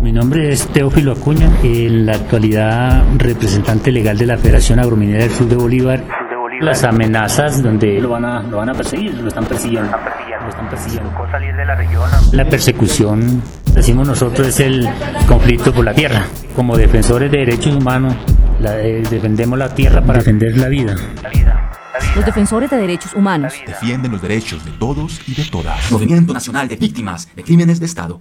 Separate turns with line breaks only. Mi nombre es Teófilo Acuña, en la actualidad representante legal de la Federación Agrominera del Sur de Bolívar. Las amenazas donde lo van a, lo van a perseguir, lo están persiguiendo. Lo están persiguiendo. La persecución, decimos nosotros, es el conflicto por la tierra. Como defensores de derechos humanos, la- eh, defendemos la tierra para defender la vida.
Los defensores de derechos humanos.
Defienden los derechos de todos y de todas.
Movimiento Nacional de Víctimas de Crímenes de Estado.